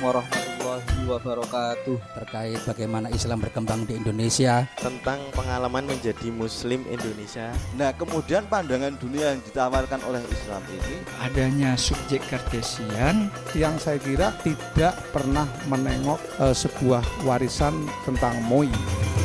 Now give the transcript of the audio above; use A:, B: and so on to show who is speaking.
A: warahmatullahi wabarakatuh.
B: terkait bagaimana Islam berkembang di Indonesia.
C: tentang pengalaman menjadi muslim Indonesia
D: Nah, kemudian pandangan dunia yang ditawarkan oleh Islam ini
E: adanya subjek kartesian
F: yang saya kira tidak pernah menengok eh, sebuah warisan tentang Moi.